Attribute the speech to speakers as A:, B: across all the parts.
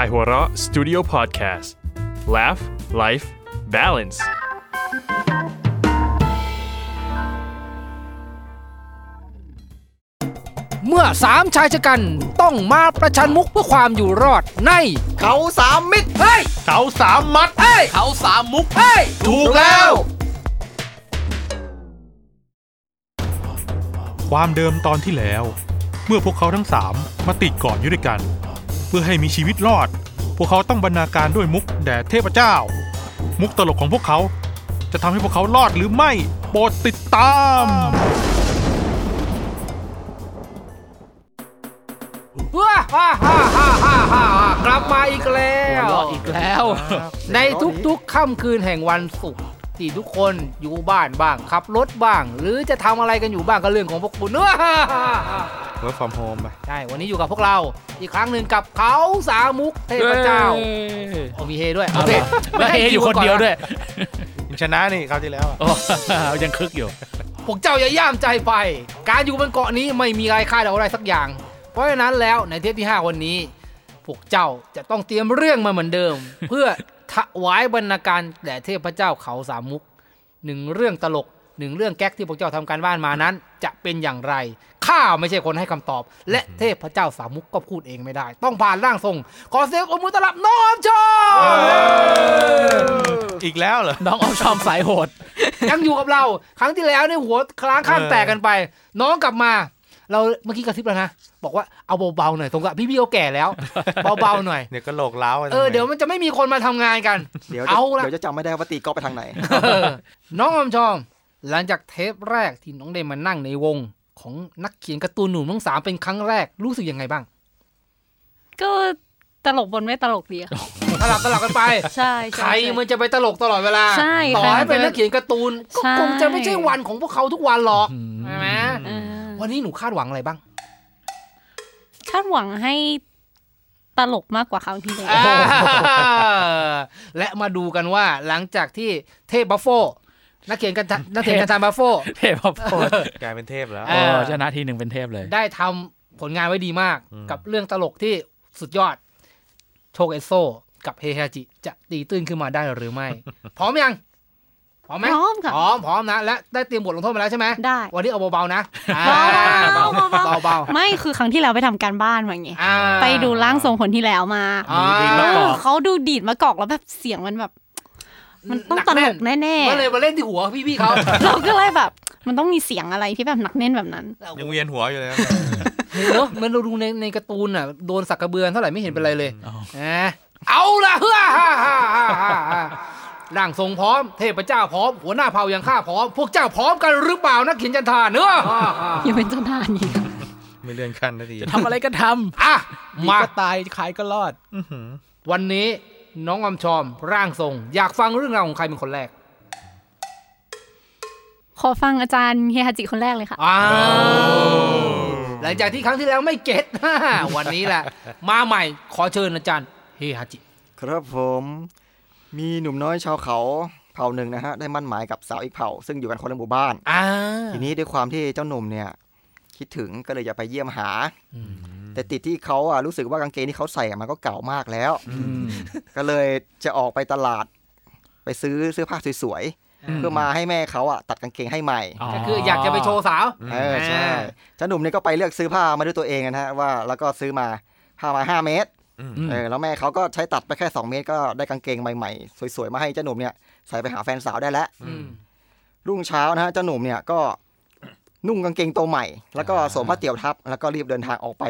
A: ายหัวเราะ Studio Podcast Laugh Life Balance
B: เมื่อสามชายชะกันต้องมาประชันมุกเพื่อความอยู่รอดใน
C: เขาสามมิตร
B: เฮ้ย
C: เขาสามมัด
B: เฮ้ย
C: เขาสามมุก
B: เฮ้ย
C: ถูกแล้ว
D: ความเดิมตอนที่แล้ว เมื่อพวกเขาทั้งสามมาติดเก่อนอยู่ด้วยกัน เพื่อให้มีชีวิตรอด พวกเขาต้องบรรณาการด้วยมุกแด่เทพเจ้า มุกตลกของพวกเขา จะทำให้พวกเขารอดหรือไม่โปรดติดตาม
B: ว้าฮ่าฮ่าฮ่าฮ่าฮ่ากลับมาอีกแล้วอีกแล้ว ในทุกๆค่ำคืนแห่งวันศุกร์ที่ทุกคนอยู่บ้านบ้างขับรถบ้าง หรือจะทำอะไรกันอยู่บ้างก็เรื่องของพวกคุณเนอะ
C: เวิร์กฟอร์มโฮมไป
B: ใช่ วันนี้อยู่กับพวกเราอีกครั้งหนึ่งกับเขาสามมุกเทพเจ้าโอมีเฮด้วยโอเค
E: ไม่ให้อยู่คนเดียวด้วย
C: ชนะนี่คราวที่แล้วอะ
E: โอ้ ยังคึกอยู่
B: พวกเจ้าอย่าย่ามใจไป การอยู่บนเกาะนี้ไม่มีอะไรคาดเดาอะไรสักอย่าง เพราะฉะนั้นแล้วในเทปที่ห้าวันนี้ พวกเจ้าจะต้องเตรียมเรื่องมาเหมือนเดิม เพื่อถวายบรรณาการแด่เทพเจ้าเขาสามมุกหนึ่งเรื่องตลกหนึ่งเรื่องแก๊กที่พวกเจ้าทำการบ้านมานั้น จะเป็นอย่างไรข้าไม่ใช่คนให้คำตอบ และเทพเจ้าสามมุกก็พูดเองไม่ได้ ต้องผ่านร่างทรงขอเสียงปรบมือต้อนรับน้องออมชม
C: อีกแล้วเหรอ
E: น้องออมชอมสายโหด
B: ยังอยู่กับเรา ครั้งที่แล้วเนี่ยหัวคล้างข้างแตกกันไป น้องกลับมา เราเมื่อกี้กระซิบแล้วนะบอกว่าเอาเบาๆหน่อยตรงกับพี่พี่เขาแก่แล้วเบาๆหน่อย
C: เดี๋ยวก็โหลกเล้าวกัน
B: เออเดี๋ยวมันจะไม่มีคนมาทำงานกัน
F: เดี๋ยว
B: เอาละ
F: เดี๋ยวจะจำไม่ได้ว่าตีกอล์ฟไปทางไหน
B: เออน้องอมชอม หลังจากเทปแรกที่น้องได้มานั่งในวงของนักเขียนการ์ตูนหนุ่มทั้งสามเป็นครั้งแรกรู้สึกยังไงบ้าง
G: ก็ตลกบนไม่ตลกดีอะ
B: สลับสลับกันไป
G: ใช่
B: ใค
G: ช่
B: ร
G: ช่
B: มันจะไปตลกตลอดเวลา
G: ใช่
B: ต่อให้เป็น
G: ใครมันจะ
B: นักเขียนการ์ตูนก็
G: ใช่
B: คงจะไม่ใช่วันของพวกเขาทุกวันหรอกใช่ไหม
G: อ่า
B: วันนี้หนูคาดหวังอะไรบ้าง
G: คาดหวังให้ตลกมากกว่าครั้งที่แล้ว
B: และมาดูกันว่าหลังจากที่เทพบัฟโฟนักเขียนกันนักเขียนกันทานบัฟโฟ
E: เทพพอด
C: กลายเป็นเทพแล้ว
B: เออ
E: ชนะทีหนึ่งเป็นเทพเลย
B: ได้ทำผลงานไว้ดีมาก
C: อืม
B: กับเรื่องตลกที่สุดยอด โชคเอสโซ กับเฮฮาจิจะตีตื้นขึ้นมาได้หรือไม่ พร้อมยัง พร้อมไหม
G: พร้อมค่ะ
B: พร้อมพร้อมนะ และได้เตรียมบทลงโทษมาแล้วใช่ไหม
G: ได้
B: วันนี้เอาเบาๆนะอ่า
G: เบาๆเบา
B: เบา
G: ไม่คือครั้งที่แล้วไปทำการบ้านมาไง
B: ๆอ่า
G: ไปดูร่างทรงคนที่แล้วมา
B: อ่า
E: ดีมาก
G: เออเขาดูดีดมากอกแล้วแบบเสียงมันแบบ มันต้องตลกแน่
B: ก็เลยมาเล่นที่หัวพี่ๆเขา
G: ๆ เราก็เลยแบบ มันต้องมีเสียงอะไรที่แบบหนักแน่นแบบนั้น
C: ยังเวียนหัวอยู่ เลยนะ
B: เนอะเหมันเราดูในในการ์ตูนอ่ะโดนสักกระเบือนเท่าไหร่ไม่เห็นเป็นไรเลย
E: อ๋อ
B: นะเอาละ เฮ้อฮ่าฮ่าฮ่าฮ่าฮ่าร่างทรงพร้อม เทพเจ้าพร้อม หัวหน้าเผ่ายังข้าพร้อม พวกเจ้าพร้อมกันหรือเปล่านักเขียนจันทราเนอะฮ่าฮ่า
G: อย่าเป็นเจ้าหน้านี่
C: ไม่เลื่อนขั้นนาที
E: ท ำอะไรก็ท
B: อ่ะ
E: ำดี
B: มา
E: ก็ตายขายก็รอด
C: อื้อหือ
B: วันนี้น้องอมชอม ร่างทรง อยากฟังเรื่องราวของใครเป็นคนแรก
G: ขอฟังอาจารย์เฮฮาจิคนแรกเลยค่ะ
B: อ้าวหลังจากที่ครั้งที่แล้วไม่เก็ต วันนี้แหละ มาใหม่ขอเชิญอาจารย์เฮฮาจิ
F: ครับผม มีหนุ่มน้อยชาวเขาเผ่าหนึ่งนะฮะ ได้มั่นหมายกับสาวอีกเผ่า ซึ่งอยู่กันคนละหมู่บ้าน
B: อ่า
F: ทีนี้ด้วยความที่เจ้าหนุ่มเนี่ย คิดถึงก็เลยจะไปเยี่ยมหา แต่ติดที่เขาอ่ะรู้สึกว่ากางเกงที่เขาใส่อะมันก็เก่ามากแล้ว ก็เลยจะออกไปตลาด ไปซื้อเสื้อผ้าสวย
B: อื
F: ๆ
B: ม
F: เพื่อมาให้แม่เขาอ่ะตัดกางเกงให้ใหม่
B: ก็คืออยากจะไปโชว์สาว
F: เออใช่
B: อ่า
F: เจ้าหนุ่มเนี่ยก็ไปเลือกซื้อผ้ามาด้วยตัวเองนะฮะว่าแล้วก็ซื้อมาผ้ามาห้าเมตร
E: อืม
F: เออแล้วแม่เขาก็ใช้ตัดไปแค่ 2 เมตร ก็ได้กางเกงใหม่ๆ สวยๆ มาให้เจ้าหนุ่มเนี่ยใส่ไปหาแฟนสาวได้แล้ว
B: อืม
F: รุ่งเช้านะฮะเจ้าหนุ่มเนี่ยก็นุ่งกางเกงตัวใหม่ แล้วก็สวมผ้าเตี่ยวทับ แล้วก็รีบเดินทางออกไป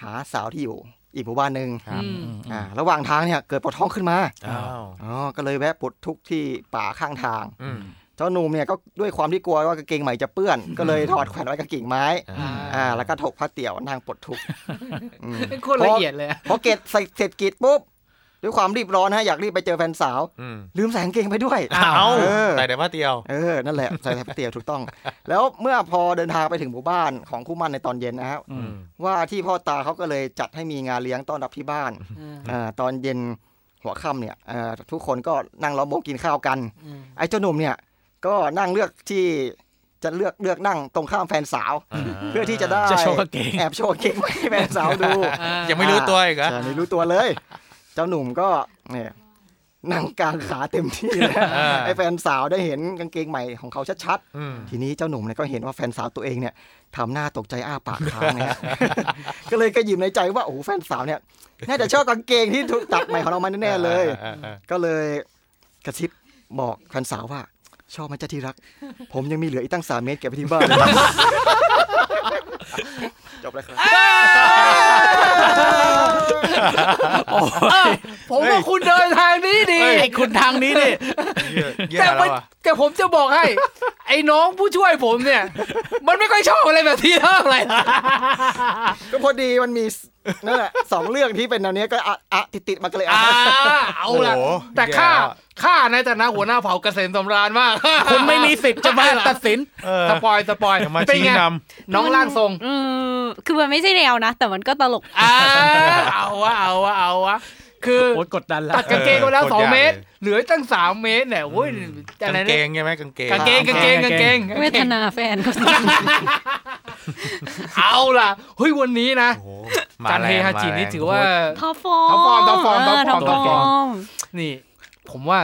F: หาสาวที่อยู่อีกหมู่บ้านหนึ่ง
B: ครับอืม
F: อ่าระหว่างทางเนี่ยเกิดปวดท้องขึ้นมา
C: อ้าว
F: อ๋อก็เลยแวะปวดทุกข์ที่ป่าข้างทาง
C: อืม
F: เจ้าหนุ่มเนี่ยก็ด้วยความที่กลัวว่ากางเกงใหม่จะเปื้อน ก็เลยถอดแขวนไว้กับกิ่งไม้
C: อ่า
F: อ่าแล้วก็ถกผ้าเตี่ยวนางปลดทุกข์อืม
B: เป็นคนละเอียดเลยอะ
F: พอเกตใส่เสร็จกิจปุ๊บด้วยความรีบร้อนฮะอยากรีบไปเจอแฟนสาว
C: อืม
F: ลืมใส่กางเกงไปด้วย
C: อ้าว
F: เออ
C: แต่แต่ว่าเตียว
F: เออนั่นแหละใส่ผ้าเตี่ยวถูกต้อง แล้วเมื่อพอเดินทางไปถึงหมู่บ้านของคู่หมั่นในตอนเย็นนะครับ
E: อืม
F: ว่าที่พ่อตาเขาก็เลยจัดให้มีงานเลี้ยงต้อนรับที่บ้านอ่าตอนเย็นหัวค่ำเนี่ยเอ่อทุกคนก็นั่งล้อมวงกินข้าวกัน ไอ้เจ้าหนุ่มเนี่ยก็นั่งเลือกที่จะเลือกเลือกนั่งตรงข้ามแฟนสาว เพื่อที่จะได้
E: จะโชว์กางเกง
F: แอบโชว์เก่งให้แฟนสาวดู
B: อ่า
C: ยังไม่รู้ตัวอีกเหรอ
F: ใช่ไม่รู้ตัวเลย เจ้าหนุ่มก็เนี่ยนั่งกลางขาเต็มที่เลย
C: อ่า
F: ให้แฟนสาวได้เห็นกางเกงใหม่ของเขาชัด
C: อืม
F: ๆ ทีนี้เจ้าหนุ่มเนี่ยก็เห็นว่าแฟนสาวตัวเองเนี่ยทำหน้าตกใจอ้าปากค้างนะฮะ ก็เลยก็ยิ้มในใจว่าโอ้โหแฟนสาวเนี่ยน่าจะชอบกางเกงที่ถูกตัดใหม่ของเรามาแน่ๆเลย
C: อ่าอ่าอ่า
F: ก็เลยกระซิบบอกแฟนสาวว่า ชอบไหมจ๊ะที่รัก ผมยังมีเหลืออีกตั้งสามเมตรเก็บไว้ที่บ้าน จบแล้วครับ
B: เออผมว่าคุณเดินทางนี้ดี
E: ไอ้คุณทางนี้นี่
C: เหี้ยเหี้ย
B: แต่
C: แล้
B: มั
C: วน อ่ะ
B: แต่ผมจะบอกให้ ไอ้น้องผู้ช่วยผมเนี่ย มันไม่ค่อยชอบอะไรแบบที่เท่าไหร่นะ
F: ก็พอดีมันมีนั่นแหละสองเรื่องที่เป็นแนวเนี้ยก็อะอะติดติดๆมาก็เลย
B: อ่า
F: อ่ะ
B: เอา
C: โอ้โห
B: ละ แต่
C: แย่
B: ข้า
C: ล้วอ่ะ
B: ข้าในฐานะหัวหน้าเผ่าเกษมสำราญมาก
E: คุณไม่มีสิทธิ์จะมาตัดสิน
C: เออ
B: สปอยสปอย
D: จะมา
B: เป็น
D: ชี้
B: ไง
D: น
B: น้องร่างทรง
G: อืมคือมันไม่ใช่แนวนะ แต่มันก็ต ลก
B: อ่าเอาวะเอาวะเอาวะคือ
E: โอ๊ตกดดันละ
B: ตัดกางเกงไปแล้วสองเมตร เหลือตั้งสามเมตรเนี่ยโอ้ยอะ
C: กาง
B: ไร
C: เก
B: เนี่ย
C: งใช่ไหมกางเกง
B: กางเกงกางเกงกางเกง
G: เวทนาแฟนเขาสิ
B: เอาล่ะเฮ้ยวันนี้นะ
C: โอ้โหม
B: จันเฮฮาจิ
C: แรง
B: นี่ถือว่า
G: ท็อปฟอร์ม
B: ท็อปฟอร์มท็อปฟอร์มท็อปฟอร์ม
G: เท็อปฟอร์ม
B: นี่ ผมว่า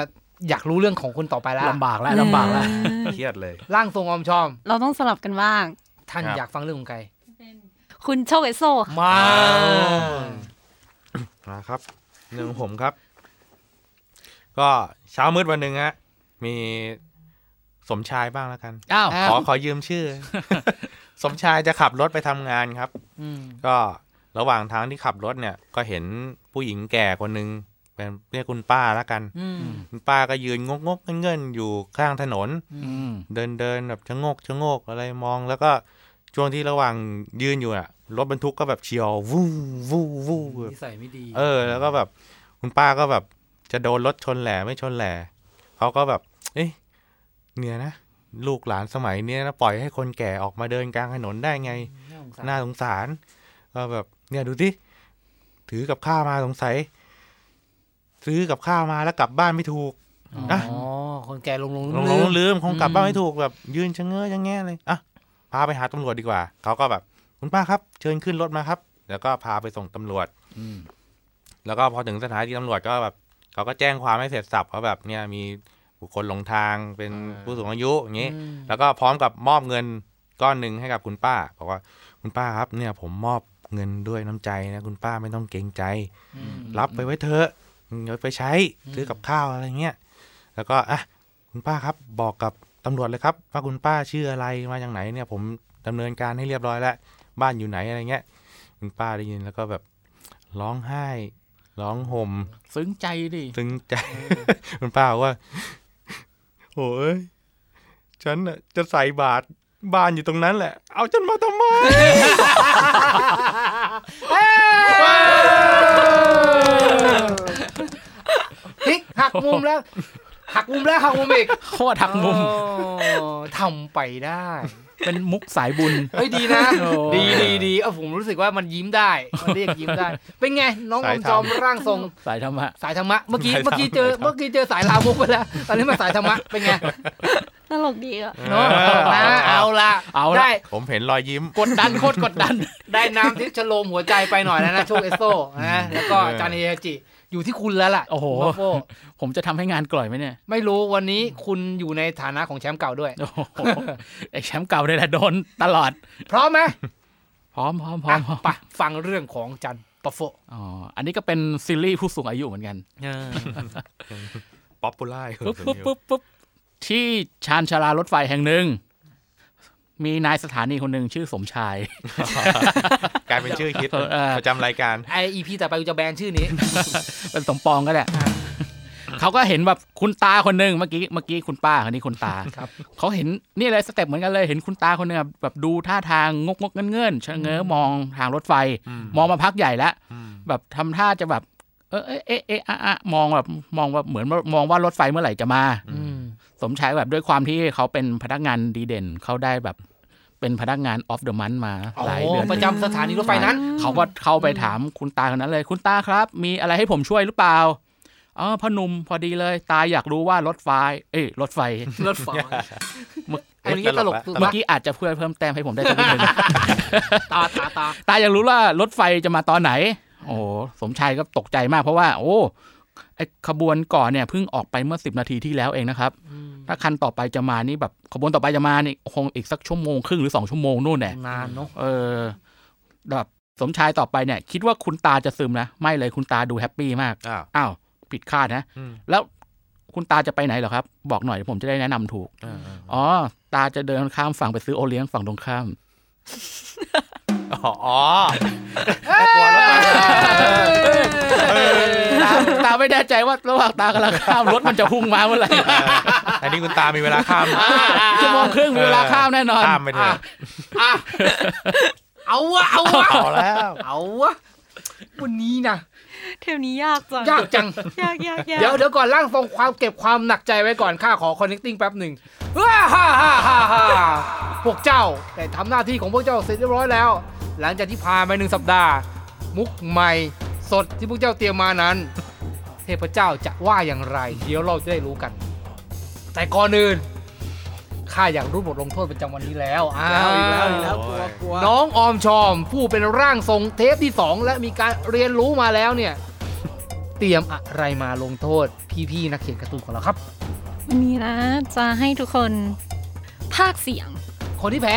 B: อยากรู้เรื่องของคุณต่อไปแล้ว
E: ลำบากแล้วลำบากแล้ว
G: เออ
C: เครียดเลย
B: ร่างทรงอมชอม
G: เราต้องสลับกันบ้าง
B: ท่าน
C: ครับ
B: อยากฟังเรื่องของใคร
G: คุณโชคเอโซค่ะ
B: มา
C: มาครับหนึ่องของผมครับ ก็เช้ามืดวันหนึ่งฮะ มีสมชายบ้างแล้วกัน
E: อ้าว
C: ขอขอยืม ชื่อ สมชายจะขับรถไปทำงานครับ
B: อืม
C: ก็ระหว่างทางที่ขับรถเนี่ย ก็เห็นผู้หญิงแก่คนหนึ่งเป็นเรียกคุณป้าแล้วกัน
B: อืม
C: คุณป้าก็ยืนงกงกๆเงินๆอยู่ข้างถนน
E: อืม
C: เดินเดินแบบชะโงกชะโงกอะไรมอง แล้วก็ช่วงที่ระหว่างยืนอยู่อ่ะรถบรรทุกก็แบบเฉียววู้วู้วู้แบบ
B: นิสัยไม่ดี
C: เออ แล้วก็แบบคุณป้าก็แบบจะโดนรถชนแหล่ไม่ชนแหล่เขาก็แบบ เอ๊ะเนี่ยนะ ลูกหลานสมัยเนี้ยนะปล่อยให้คนแก่ออกมาเดินกลางถนนได้ไง
B: น่าสงสาร
C: น่าสงสาร ก็แบบ เนี่ยดูสิถือกับข้าวมาสงสัย ซื้อกับข้าวมาแล้วกลับบ้านไม่ถูก
B: อ๋
C: นะ
B: อ คนแก่ลงลง
C: หลงหลงลืมคงกลับบ้านไม่ถูกแบบ ยืนชะเง้อชะแง่เลยอ่ะพาไปหาตำรวจดีกว่าเขาก็แบบ คุณป้าครับ เชิญขึ้นรถมาครับ แล้วก็พาไปส่งตำรวจแล้วก็พอถึงสถานีตำรวจก็แบบเขาก็แจ้งความให้เสร็จสับเขาแบบเนี่ยมีบุคคลหลงทางเป็นผู้สูงอายุอย่างนี้ แล้วก็พร้อมกับมอบเงินก้อนหนึ่งให้กับคุณป้าบอกว่าคุณป้าครับ เนี่ยผมมอบเงินด้วยน้ำใจนะคุณป้าไม่ต้องเกรงใจ รับไปไว้เถอะเอาไปใช้ซื้อกับข้าวอะไรเงี้ย แล้วก็อ่ะคุณป้าครับบอกกับตำรวจเลยครับว่าคุณป้าชื่ออะไรมาจากไหนเนี่ย ผมดำเนินการให้เรียบร้อยแล้ว บ้านอยู่ไหนอะไรเงี้ย คุณป้าได้ยินแล้วก็แบบร้องไห้ ร้องห่ม
E: ซึ้งใจดิ
C: ซึ้งใจ คุณป้าบอกว่าโอ้ยฉันน่ะจะใส่บาตรบ้านอยู่ตรงนั้นแหละ เอาฉันมาทำไม
B: พลิกหักมุมแล้ว หักมุมแล้วหักมุมอีก
E: โคตรหักมุม
B: โอ้ทำไปได้
E: เป็นมุกสายบุญ
B: เฮ้ยดีนะ
E: โอ้
B: ดีดีดีเออผมรู้สึกว่ามันยิ้มได้ มันเรียกยิ้มได้ เป็นไง น้องอ
C: สาย
B: ม
C: ธรรม
B: จอมร่างทรง
E: สายธรรมะ
B: สายธรรมะ เมื่อกี้
C: สายธรรม
B: เมื่อกี้เจอเมื่อกี้เจอสายลามกไปแล้ว ตอนนี้มาสายธรรมะ เป็นไง
G: ตลกดีอะ
B: เนาะนะเอาละ
E: เอาละ
B: ได้
C: ผมเห็นรอยยิ้ม
E: กดดันโคตรกดดัน
B: ได้น้ำทิพย์ชโลมหัวใจไปหน่อยแล้วนะ โชคเอสโซนะแล้วก็
C: เออ
B: จานเฮฮาจิ อยู่ที่คุณแล้วล่ะ
E: โอ้โห
B: คุณมาโฟ
E: ผมจะทำให้งานกล่อยไหมเนี่ย
B: ไม่รู้วันนี้คุณอยู่ในฐานะของแชมป์เก่าด้วย
E: โอ้โหไอแชมป์เก่าเลยแหละโดนตลอด
B: พร้อมไหม
E: พร้อมพร้อมพร้อ
B: อ่ะ
E: มพร้อม
B: ไปฟังเรื่องของจันปะโฟ
E: อ๋อ อันนี้ก็เป็นซีรีส์ผู้สูงอายุเหมือนกัน
C: ป๊อปปูล่า
E: ปุ๊บปุ๊บปุ๊บปุ๊บที่ชานชาลารถไฟแห่งหนึ่ง มีนายสถานีคนหนึ่งชื่อสมชาย
C: กลายเป็นชื่อคิด
E: เออ
C: ประจำรายการ
B: ไออีพีต่อไปกูจะแบนชื่อนี้
E: เป็นสมปองก็ได้เขาก็เห็นแบบคุณตาคนหนึ่งเมื่อกี้เมื่อกี้คุณป้าคนนี้คุณตา
B: ครับ
E: เขาเห็นนี่เลยสเต็ปเหมือนกันเลยเห็นคุณตาคนหนึ่งอะแบบดูท่าทางงกงกเงื่อนๆชะเง้อมองทางรถไฟ มองมาพักใหญ่แล้วแบบทำท่าจะแบบ เออเอะเอะเอะอะอะมองแบบมองแบบเหมือนว่ามองว่ารถไฟเมื่อไหร่จะมา สมชายแบบด้วยความที่เขาเป็นพนักงานดีเด่นเขาได้แบบเป็นพนักงานออฟเดอะมันมา
B: โอ้
E: หลาย
B: โห
E: เดือน
B: ประจำสถานีรถไฟนั้น
E: เขาก็เข้าไปถามคุณตาคนนั้นเลย คุณตาครับ มีอะไรให้ผมช่วยหรือเปล่าอ๋อพ่อหนุ่มพอดีเลย ตาอยากรู้ว่ารถไฟ เอ้ยรถไฟ
B: รถไฟอันนี้ต
C: ต
B: ล
C: ล
B: ก
C: ก
E: เมื่อกี้อาจจะเพื่อเพิ่มแต้ มให้ผมได้สักนิดหนึง
B: ตาตาตา
E: ตาอยากรู้ว่ารถไฟจะมาตอนไหน โอ้ สมชายก็ตกใจมาก เพราะว่า โอ้ไอขบวนก่อนเนี่ยเพิ่งออกไปเมื่อสิบนาทีที่แล้วเองนะครับ ถ้าคันต่อไปจะมานี่แบบขบวนต่อไปจะมานี่คงอีกสักชั่วโมงครึ่งหรือสองชั่วโมงนู่นแน่
B: นานเนาะ
E: เออแบบสมชายต่อไปเนี่ย คิดว่าคุณตาจะซึมนะ ไม่เลยคุณตาดูแฮปปี้มาก
C: อ้าว
E: อ้าว ผิดคาดนะ
C: อืม
E: แล้วคุณตาจะไปไหนเหรอครับ บอกหน่อยผมจะได้แนะนำถูก
C: อ่าอ่า
E: อ๋อ ตาจะเดินข้ามฝั่งไปซื้อโอเลี้ยงฝั่งตรงข้าม
C: อ๋ออ๋อน่ากลัวรถมา
E: ตาตาไม่แน่ใจว่าระหว่างตากำลังข้ามรถมันจะพุ่งมาเมื่อไห ร่
C: อันนี้คุณตามีเวลาข้ามนะ
E: ชั่วโมงครึ่งมีเวลาข้ามแน่นอน
C: ข้ามไปเถอะ
B: อ่ะเอาวะเอาวะ
C: เอาแล้ว
B: เอาวะวันนี้นะ
G: เทปนี้ยากจัง
B: ยากจัง
G: ยากยากยาก
B: เดี๋ยวเดี๋ยวก่อนร่างทรงความเก็บความหนักใจไว้ก่อนข้าขอ connecting แป๊บหนึ่ง ว้าฮ่าฮ่าฮ่าฮ่าพวกเจ้าได้ทำหน้าที่ของพวกเจ้าเสร็จเรียบร้อยแล้ว หลังจากที่ผ่านไปหนึ่งสัปดาห์ มุกใหม่สดที่พวกเจ้าเตรียมมานั้น เทพเจ้าจะว่าอย่างไร เดี๋ยวเราจะได้รู้กัน แต่ก่อนอื่นข้าอยากรู้บทลงโทษประจำวันนี้แล้วอ้าว
F: แล้วกลัวกลัว
B: น้องออมชอมผู้เป็นร่างทรงเทปที่สองและมีการเรียนรู้มาแล้วเนี่ย เตรียมอะไรมาลงโทษพี่ๆนักเขียนการ์ตูนของเราครับ
G: วันนี้นะ จะให้ทุกคนภาคเสียง
B: คนที่แพ้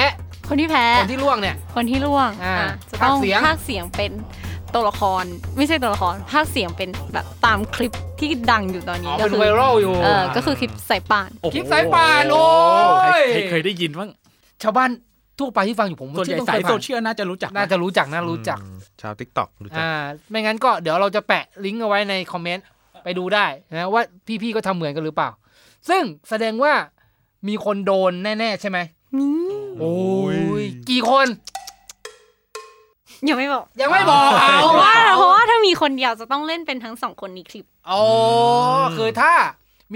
G: คนที่แพ้
B: คนที่ล่วงเนี่ย
G: คนที่ล่วง
B: อ่า
G: อ่ะจะต้อ
B: ภาค
G: ง
B: เสียง
G: ภาคเสียงเป็นตัวละคร ไม่ใช่ตัวละครภาคเสียงเป็นแบบตามคลิปที่ดังอยู่ตอน
B: อ๋
G: นี้
B: อ
G: ก็
B: เป็น
G: คื
B: ไวรัลอยู่
G: เออก็คือคลิปสายป่าน
B: คลิปสายป่านโอ้ย
E: ใครใครเคยได้ยินบ้าง
B: ชาวบ้านทั่วไปที่ฟังอยู่ผม
E: ส่วนใหญ่
B: คิด
E: สาย
B: ต้
E: โซ
B: องเค
E: เชียลน่าจะรู้จัก
B: ผ่านน่าจะรู้จักน่ารู้จัก
C: ชาวติ๊กต็อกรู้จัก
B: อ่าไม่งั้นก็เดี๋ยวเราจะแปะลิงก์เอาไว้ในคอมเมนต์ไปดูได้นะว่าพี่ๆก็ทำเหมือนกันหรือเปล่า ซึ่งแสดงว่ามีคนโดนแน่ ๆ ใช่ไหมโอ้ยกี่คน
G: ยังไม่บอก
B: ยังไม่บอกเอา
G: เพราะว่า
B: ว่า
G: เพราะว่าถ้ามีคนเดียวจะต้องเล่นเป็นทั้งสองคนในคลิป
B: โอ้คือถ้า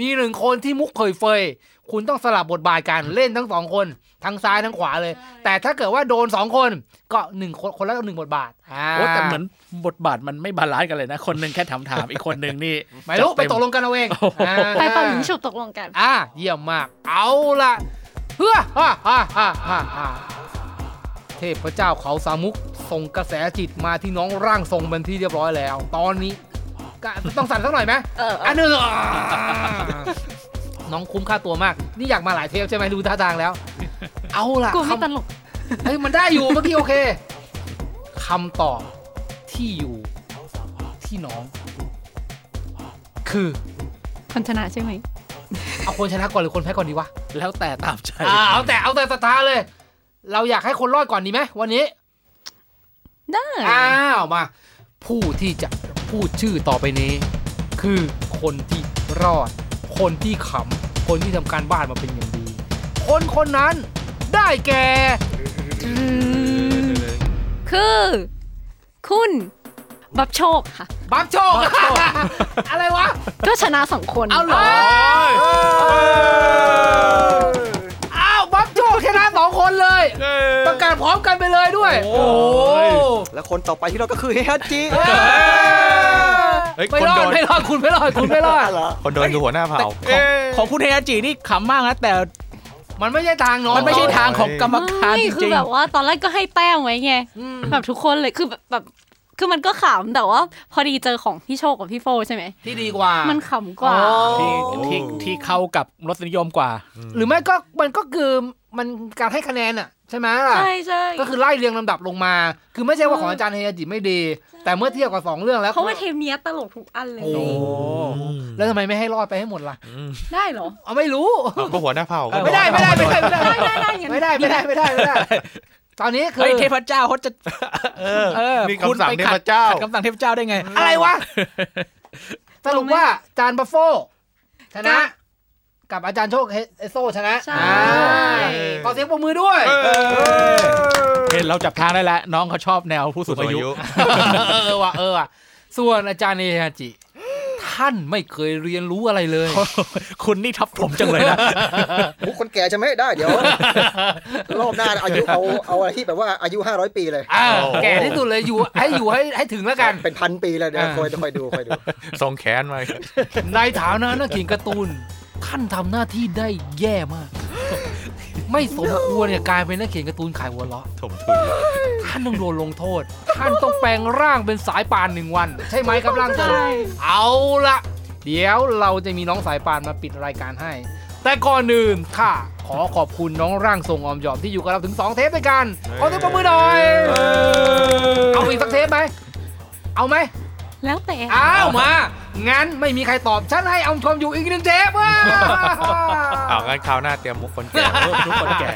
B: มีหนึ่งคนที่มุกเผยเฟย คุณต้องสลับบทบาทกันเล่นทั้งสองคนทั้งซ้ายทั้งขวาเลย แต่ถ้าเกิดว่าโดนสองคนก็หนึ่งคนคนละหนึ่งบทบาทอ่า
E: โอ้แต่เหมือนบทบาทมันไม่บาลานซ์กันเลยนะ คนหนึ่งแค่ถามถามๆอีกคนหนึ่งนี่
B: ไม่รู้ไปตกลงกันเอาเอง
E: โอ้โห
B: อ่
G: ไปเป่าหญิงฉุบตกลงกัน
B: อ่าเยี่ยมมาก เอาละเฮ้อฮ่าฮ่าฮ่าฮ่าฮ่าเทพเจ้าเขาสามุกส่งกระแสจิตมาที่น้องร่างทรงเป็นที่เรียบร้อยแล้ว ตอนนี้กะต้องสั่นสักหน่อยไหม
G: เออเอออั
B: อันหนึ่งอ่า น้องคุ้มค่าตัวมาก นี่อยากมาหลายเทปใช่ไหมดูท่าทางแล้ว เอาล่ะ
G: กูไม่ต
B: คำ
G: ลก
B: เฮ้ยมันได้อยู่เมื่อกี้โอเคคำตอบที่อยู่ที่น้อง คือ
G: คนชนะใช่ไหม
B: เอาคนชนะก่อนหรือคนแพ้ก่อนดีวะ
E: แล้วแต่ตามใจ
B: อ่าเอาแต่เอาแต่ศรัทธาเลย เราอยากให้คนรอดก่อนดีไหมวันนี้
G: ได้
B: อ้าวมา ผู้ที่จะพูดชื่อต่อไปนี้ คือคนที่รอด คนที่ขำคนที่ทำการบ้านมาเป็นอย่างดี คนคนนั้นได้แก่
G: คือ คุณ บับโชค ค่ะ
B: บักโชค อะไรวะ
G: ก็ชนะสองคน
B: เอาเหรออ้าวบักโชคชนะสองคนเลย ประกาศพร้อมกันไปเลยด้วย โอ้โห
F: แล้วคนต่อไปที่เราก็คือเฮฮัตจิ
C: เฮ้ย
B: ไม่
C: คน
B: รอ
C: โด
B: ด
C: น
B: ไม่รอดคุณไม่รอดคุณไม่รอด
F: เหรอ
C: คนโดนคือหัวหน้าเผ่า
E: ของคุณเทยาจินี่ขำมากนะ แต่
B: มันไม่ใช่ทางน้อง
E: มันไม่ใช่ทางของกรรมการ
G: ไม่
E: จ
G: คือ
E: ริง
G: แบบว่าตอนแรกก็ให้แต้มไว้ไง
B: อืม
G: แบบทุกคนเลยคือแบบแบบคือมันก็ขำแต่ว่า พอดีเจอของพี่โชคกับพี่โฟใช่ไหม
B: ที่ดีกว่า
G: มั
B: มัน
G: ขำกว่า
E: ที่ที่ที่เข้ากับรสนิยมกว่า
B: หรือไม่ก็มันก็คือมันการให้คะแนนอ่ะ ใช่ไหมล่ะ
G: ใช่ใช่
B: ก็คือไล่เรียงลำดับลงมา คือไม่ใช่ว่า
G: เอ
B: ข
G: อ
B: องอาจารย์เฮียจิไม่ดี แต่เมื่อเทียบกับสองเรื่องแล้ว
G: เพราะว่าเทปเนี้ยตลกทุกอันเลย
B: โอ้แล้วทำไมไม่ให้รอดไปให้หมดล่ะ
G: ได้เหรอ
B: เอาไม่รู้
C: ก็หัวหน้าเผ่า
B: ไม่ได้ไม่ได้ไม่ได้ไม่ได้
G: ได้ได้ได้งั้น
B: ไม่ได้ไม่ได้ไม่ได้ไม่ได้ ตอนนี้คือ
E: เฮ้ยเทพเจ้าเขาจะ
C: เออ
E: เออ
C: นี่
E: คุณ
C: คำสั่ง
E: ไปขั
C: เท
E: ด
C: พเจ้า
E: ขัดคำสั่งเทพเจ้าได้ไง
B: อะไรวะสรุปว่าจานบัฟโฟชนะ กับอาจารย์โชคเฮเอโซชนะ
G: ใช่
B: อ่าขอเสียงปรบมือด้วย
E: เห็นเราจับทางได้แล้วน้องเขาชอบแนวผู้สู
C: สู
E: ง
C: ง
E: อา
C: อา
E: ยุ
C: ยุ
B: เออว่ะเออว่ะส่วนอาจารย์เนฮาจิ ท่านไม่เคยเรียนรู้อะไรเลย
E: คุณนี่ทับผมจังเลยนะ
F: มุกคนแก่จะไม่ได้เดี๋ยว รอบหน้าอายุเอาเอาอะไรที่แบบว่าอายุ 500 ปีเลย
B: อ่า
C: โอ้โห
B: แก่ที่สุดเลยอยู่ให้อยู่ให้ให้ถึงแล้วกัน
F: เป็นพันปีเลยเดี๋ยว
B: อ่า
F: คอยคอยดูคอยดู
C: ส่งแขนมา
B: ในฐานะนักเขียนการ์ตูน ท่านทำหน้าที่ได้แย่มาก ไม่สมควรเนี่ยกลายเป็นนักเขียนการ์ตูนขายหัวเราะ
C: ถมถุย
B: ท่านต้องโดนลงโทษ ท่านต้องแปลงร่างเป็นสายป่านหนึ่งวัน ใช่ไหมครับร่างทรงเอาละเดี๋ยวเราจะมีน้องสายป่านมาปิดรายการให้ แต่ก่อนอื่นค่ะ ขอขอบคุณน้องร่างทรงออมยอมที่อยู่กับเราถึง 2 เทปด้วยกัน ขอเทปประมือหน่อย เอาอีกสักเทปไหม เอาไหม
G: แล้วแต่
B: อ้าวมา งั้นไม่มีใครตอบ ฉันให้อมชมอยู่อีกหนึ่งเทปว้า
C: อ้าวงั้นคราวหน้าเตรียมมุกคนแก่
E: เพิ่มทุกคนแก่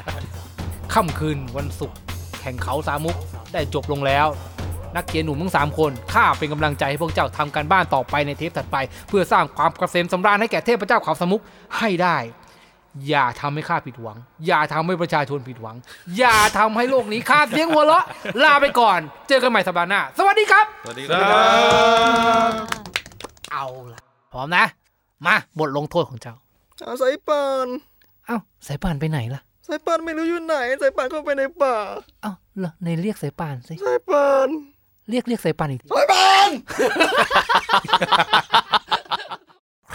B: ค่ำคืนวันศุกร์แข่งเขาสามมุกได้จบลงแล้ว นักเขียนหนุ่มทั้ง 3 คนข้าเป็นกำลังใจให้พวกเจ้าทำการบ้านต่อไปในเทปถัดไป เพื่อสร้างความกระเกษมสำราญให้แก่เทพเจ้าเขาสามมุกให้ได้ อย่าทำให้ข้าผิดหวัง อย่าทำให้ประชาชนผิดหวัง อย่าทำให้โลกนี้ขาดเสียงหัวเราะลาไปก่อน เจอกันใหม่สัปดาห์หน้าสวัสดีครับ
C: สวัสดีครับ
B: เอาล่ะพร้อมนะมาบทลงโทษของเจ้า
F: เอาสายป่าน
B: เอ้าสายป่านไปไหนล่ะ
F: สายป่านไม่รู้อยู่ไหนสายป่านเข้าไปในป่า
B: เอ้าเหรอในเรียกสายป่านสิ
F: สายป่าน
B: เรียกเรียกสายป่านอีกที
F: สายป่าน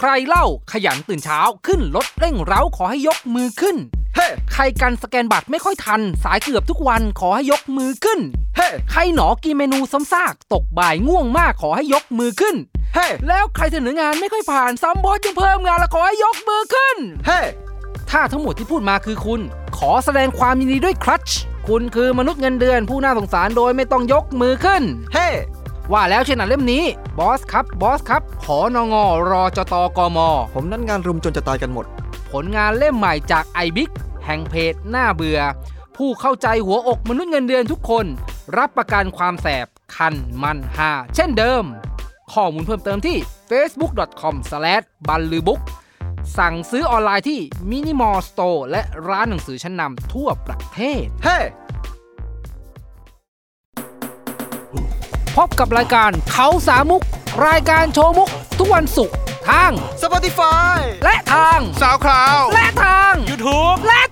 B: ใครเล่าขยันตื่นเช้าขึ้นรถเร่งเร้าขอให้ยกมือขึ้น
F: เฮ้
B: ใครกันสแกนบัตรไม่ค่อยทัน สายเกือบทุกวันขอให้ยกมือขึ้น
F: เฮ้
B: ใครหนอกินเมนูซ้ำซากตกบ่ายง่วงมากขอให้ยกมือขึ้น
F: เฮ้
B: แล้วใครเสนองานไม่ค่อยผ่านซ้ำบอสยังเพิ่มงานและขอให้ยกมือขึ้น
F: เฮ้
B: ถ้าทั้งหมดที่พูดมาคือคุณ ขอแสดงความยินดีด้วยครัช คุณคือมนุษย์เงินเดือนผู้น่าสงสารโดยไม่ต้องยกมือขึ้น
F: เฮ้
B: ว่าแล้วเช่นหนังเล่มนี้บอสครับบอสครับขอนงรอจตกม
F: ผมนั่นงานรุมจนจะตายกันหมด
B: ผลงานเล่มใหม่จากไอบิกแห่งเพจหน้าเบื่อ ผู้เข้าใจหัวอกมนุษย์เงินเดือนทุกคน รับประกันความแสบคันมันหา เช่นเดิม ข้อมูลเพิ่มเติมที่ facebook.com b a l l u b o o k สั่งซื้อออนไลน์ที่ Minimal Store และร้านหนังสือชั้นนำทั่วประเทศ
F: เฮ้
B: พบกับรายการเขาสามมุก รายการโชว์มุก ทุกวันศุกร์ทาง
F: Spotify
B: และทาง
C: สาวคราว
B: และทาง
C: YouTube
B: และ